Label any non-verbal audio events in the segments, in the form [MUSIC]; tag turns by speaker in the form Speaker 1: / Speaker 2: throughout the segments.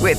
Speaker 1: With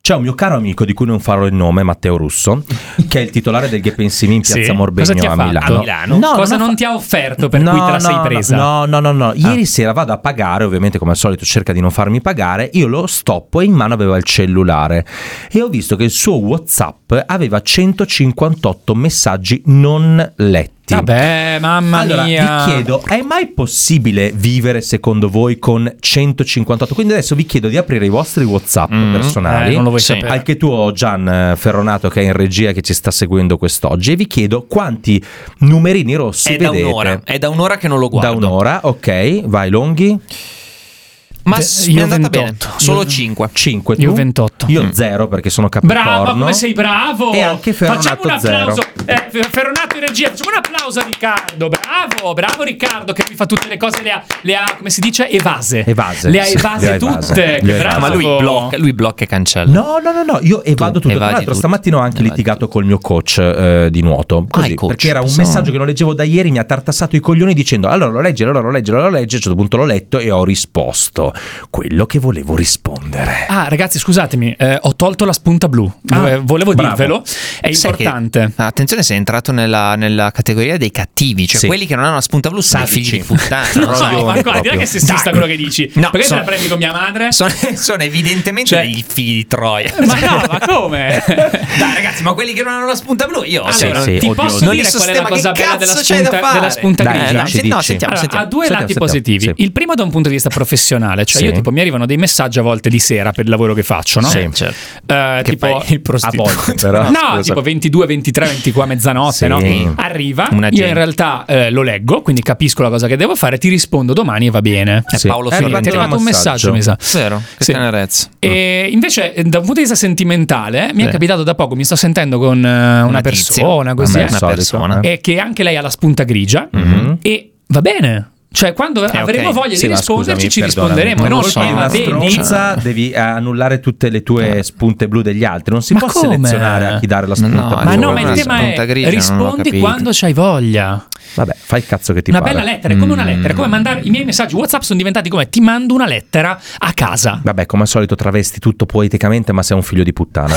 Speaker 2: C'è un mio caro amico di cui non farò il nome, Matteo Russo, che è il titolare del Che Pensimi in Piazza
Speaker 3: Sì.
Speaker 2: Morbegno
Speaker 3: Cosa ti ha
Speaker 2: a
Speaker 3: fatto?
Speaker 2: Milano.
Speaker 3: A Milano?
Speaker 2: No,
Speaker 3: Cosa
Speaker 2: ha
Speaker 3: non
Speaker 2: fa-
Speaker 3: ti ha offerto per cui te la sei presa? Ah.
Speaker 2: No, no, no, no. Ieri sera vado a pagare, ovviamente come al solito cerca di non farmi pagare, io lo stoppo e in mano aveva il cellulare e ho visto che il suo Whatsapp aveva 158 messaggi non letti.
Speaker 3: Vabbè, mamma
Speaker 2: Allora,
Speaker 3: mia.
Speaker 2: vi chiedo, è mai possibile vivere secondo voi con 158? Quindi adesso vi chiedo di aprire i vostri WhatsApp
Speaker 4: Mm,
Speaker 2: personali.
Speaker 3: Eh, non lo vuoi
Speaker 4: Sì.
Speaker 3: sapere.
Speaker 2: Anche tu, Gian eh, Ferronato, che è in regia che ci sta seguendo quest'oggi, e vi chiedo quanti numerini rossi
Speaker 4: È da
Speaker 2: vedete.
Speaker 4: un'ora, è da un'ora che non lo
Speaker 2: Da
Speaker 4: guardo.
Speaker 2: un'ora, ok, vai longhi.
Speaker 4: Ma
Speaker 3: Cioè, Io
Speaker 4: s- mi è andata bene,
Speaker 3: 28.
Speaker 4: solo
Speaker 3: Io-
Speaker 4: 5.
Speaker 2: 5
Speaker 3: Io 28.
Speaker 2: Io 0 perché sono capricorno.
Speaker 3: Bravo, come sei bravo!
Speaker 2: E anche Ferronato
Speaker 3: Facciamo un
Speaker 2: zero.
Speaker 3: applauso. Eh, Fer- Ferronato in regia, facciamo un applauso a Riccardo. Bravo, bravo Riccardo che mi fa tutte le cose, le ha, le ha, come si dice, evase.
Speaker 2: Evase,
Speaker 3: Le ha
Speaker 2: sì,
Speaker 3: evase
Speaker 2: le ha evase.
Speaker 3: tutte.
Speaker 2: Le
Speaker 3: Che
Speaker 2: ha
Speaker 3: bravo.
Speaker 2: evase.
Speaker 4: Ma lui blocca, lui blocca e cancella.
Speaker 2: No, no, no, no, io evado tutto. Tra
Speaker 4: evadi
Speaker 2: l'altro,
Speaker 4: tutto.
Speaker 2: stamattina ho anche
Speaker 4: Evadi
Speaker 2: litigato col mio coach eh, di nuoto. Così,
Speaker 4: il coach,
Speaker 2: perché era un
Speaker 4: pensavo.
Speaker 2: messaggio che non leggevo da ieri, mi ha tartassato i coglioni dicendo allora lo leggi, allora lo leggi, allora lo leggi. A un certo punto l'ho letto e ho risposto quello che volevo rispondere.
Speaker 3: Ah, ragazzi, scusatemi, eh, ho tolto la spunta blu.
Speaker 2: Ah,
Speaker 3: Eh, volevo
Speaker 2: bravo.
Speaker 3: dirvelo, è
Speaker 4: Sai che-
Speaker 3: importante.
Speaker 4: attenzione, sei entrato nella, nella categoria dei cattivi, cioè
Speaker 2: Sì.
Speaker 4: quelli che non hanno la spunta blu sono dei
Speaker 2: Sadici.
Speaker 4: figli di puttana.
Speaker 3: [LAUGHS] No,
Speaker 2: Coglione
Speaker 3: ma guarda,
Speaker 2: proprio.
Speaker 3: direi che è sessista
Speaker 2: Dai.
Speaker 3: quello che dici.
Speaker 4: No,
Speaker 3: Perché
Speaker 4: sono-
Speaker 3: te la prendi con mia madre?
Speaker 2: [LAUGHS]
Speaker 4: Sono, sono evidentemente
Speaker 3: Cioè- Eh,
Speaker 4: degli figli di Troia.
Speaker 3: Ma no, ma [LAUGHS] come?
Speaker 4: [LAUGHS]
Speaker 3: Ah,
Speaker 4: Dai, ragazzi, ma quelli che non hanno la spunta blu, io
Speaker 2: Sì,
Speaker 3: Allora,
Speaker 2: sì,
Speaker 3: ti
Speaker 2: oddio,
Speaker 3: posso
Speaker 2: oddio.
Speaker 3: dire qual è la
Speaker 4: Sistema,
Speaker 3: cosa
Speaker 4: che
Speaker 3: bella della
Speaker 4: cazzo c'è da
Speaker 3: spunta,
Speaker 4: fare? Eh,
Speaker 3: della spunta
Speaker 2: Dai,
Speaker 3: grigia?
Speaker 2: dai, ci
Speaker 4: no,
Speaker 2: dici.
Speaker 4: sentiamo,
Speaker 3: Allora,
Speaker 4: sentiamo.
Speaker 3: ha due
Speaker 2: Sentiamo,
Speaker 3: lati
Speaker 2: sentiamo,
Speaker 3: positivi.
Speaker 2: sì.
Speaker 3: Il primo da un punto di vista professionale, cioè
Speaker 2: Sì.
Speaker 3: io tipo mi arrivano dei messaggi a volte di sera per il lavoro che faccio, no?
Speaker 4: Sì,
Speaker 3: Eh,
Speaker 4: certo.
Speaker 3: tipo
Speaker 4: fai?
Speaker 3: il
Speaker 2: A
Speaker 3: prostituto.
Speaker 2: volte, però.
Speaker 3: No,
Speaker 2: scusa.
Speaker 3: tipo 22, 23, 24, a mezzanotte,
Speaker 2: Sì.
Speaker 3: no? Arriva,
Speaker 4: Una
Speaker 3: io
Speaker 4: gente.
Speaker 3: in realtà eh, lo leggo, quindi capisco la cosa che devo fare, ti rispondo domani e va bene.
Speaker 4: È
Speaker 2: Sì. Eh,
Speaker 4: Paolo
Speaker 2: È
Speaker 3: Arriva, ti è
Speaker 4: Fiorentino.
Speaker 3: arrivato un messaggio, mi sa.
Speaker 4: Vero, che
Speaker 3: Sì.
Speaker 4: tenerezza.
Speaker 3: E invece, eh, da un punto di vista sentimentale, eh, mi è
Speaker 4: Sì.
Speaker 3: capitato da poco, mi sto sentendo con eh, una,
Speaker 4: tizia.
Speaker 3: persona, così,
Speaker 2: Vabbè,
Speaker 3: eh,
Speaker 4: una
Speaker 2: Solito,
Speaker 4: persona.
Speaker 2: eh.
Speaker 3: e che anche lei ha la spunta grigia,
Speaker 2: Mhm.
Speaker 3: e va bene. Cioè, quando avremo
Speaker 4: ok.
Speaker 3: voglia
Speaker 2: Sì,
Speaker 3: di
Speaker 2: ma
Speaker 3: risponderci,
Speaker 2: scusami,
Speaker 3: ci
Speaker 2: perdonami,
Speaker 3: risponderemo.
Speaker 4: non
Speaker 3: Non
Speaker 4: lo so,
Speaker 3: eh,
Speaker 2: Sei
Speaker 4: Ah,
Speaker 2: una
Speaker 3: va bene.
Speaker 2: stronza, devi annullare tutte le tue spunte blu degli altri. Non si
Speaker 3: Ma
Speaker 2: può
Speaker 3: come?
Speaker 2: selezionare a chi dare la spunta
Speaker 4: No,
Speaker 2: blu.
Speaker 3: Ma no,
Speaker 4: Allora,
Speaker 3: ma il
Speaker 4: una
Speaker 3: tema
Speaker 4: spunta
Speaker 3: è
Speaker 4: grigia, non l'ho
Speaker 3: rispondi
Speaker 4: capito.
Speaker 3: quando c'hai voglia.
Speaker 2: Vabbè, fai il cazzo che ti
Speaker 3: una
Speaker 2: pare.
Speaker 3: bella lettera, è come una lettera, è come mandare i miei messaggi WhatsApp sono diventati come ti mando una lettera a casa.
Speaker 2: Vabbè, come al solito travesti tutto poeticamente, ma sei un figlio di puttana.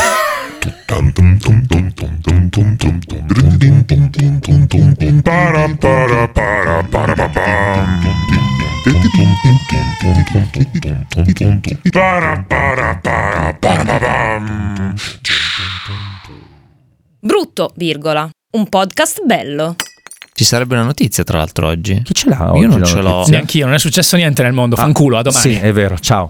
Speaker 5: Brutto, virgola. Un podcast bello.
Speaker 4: Ci sarebbe una notizia, tra l'altro, oggi.
Speaker 2: Chi ce l'ha
Speaker 4: Io
Speaker 2: oggi
Speaker 4: non
Speaker 2: la
Speaker 4: ce l'ho.
Speaker 2: notizia?
Speaker 3: Sì, anch'io, non è successo niente nel mondo, fanculo, a domani.
Speaker 2: Sì, è vero, ciao.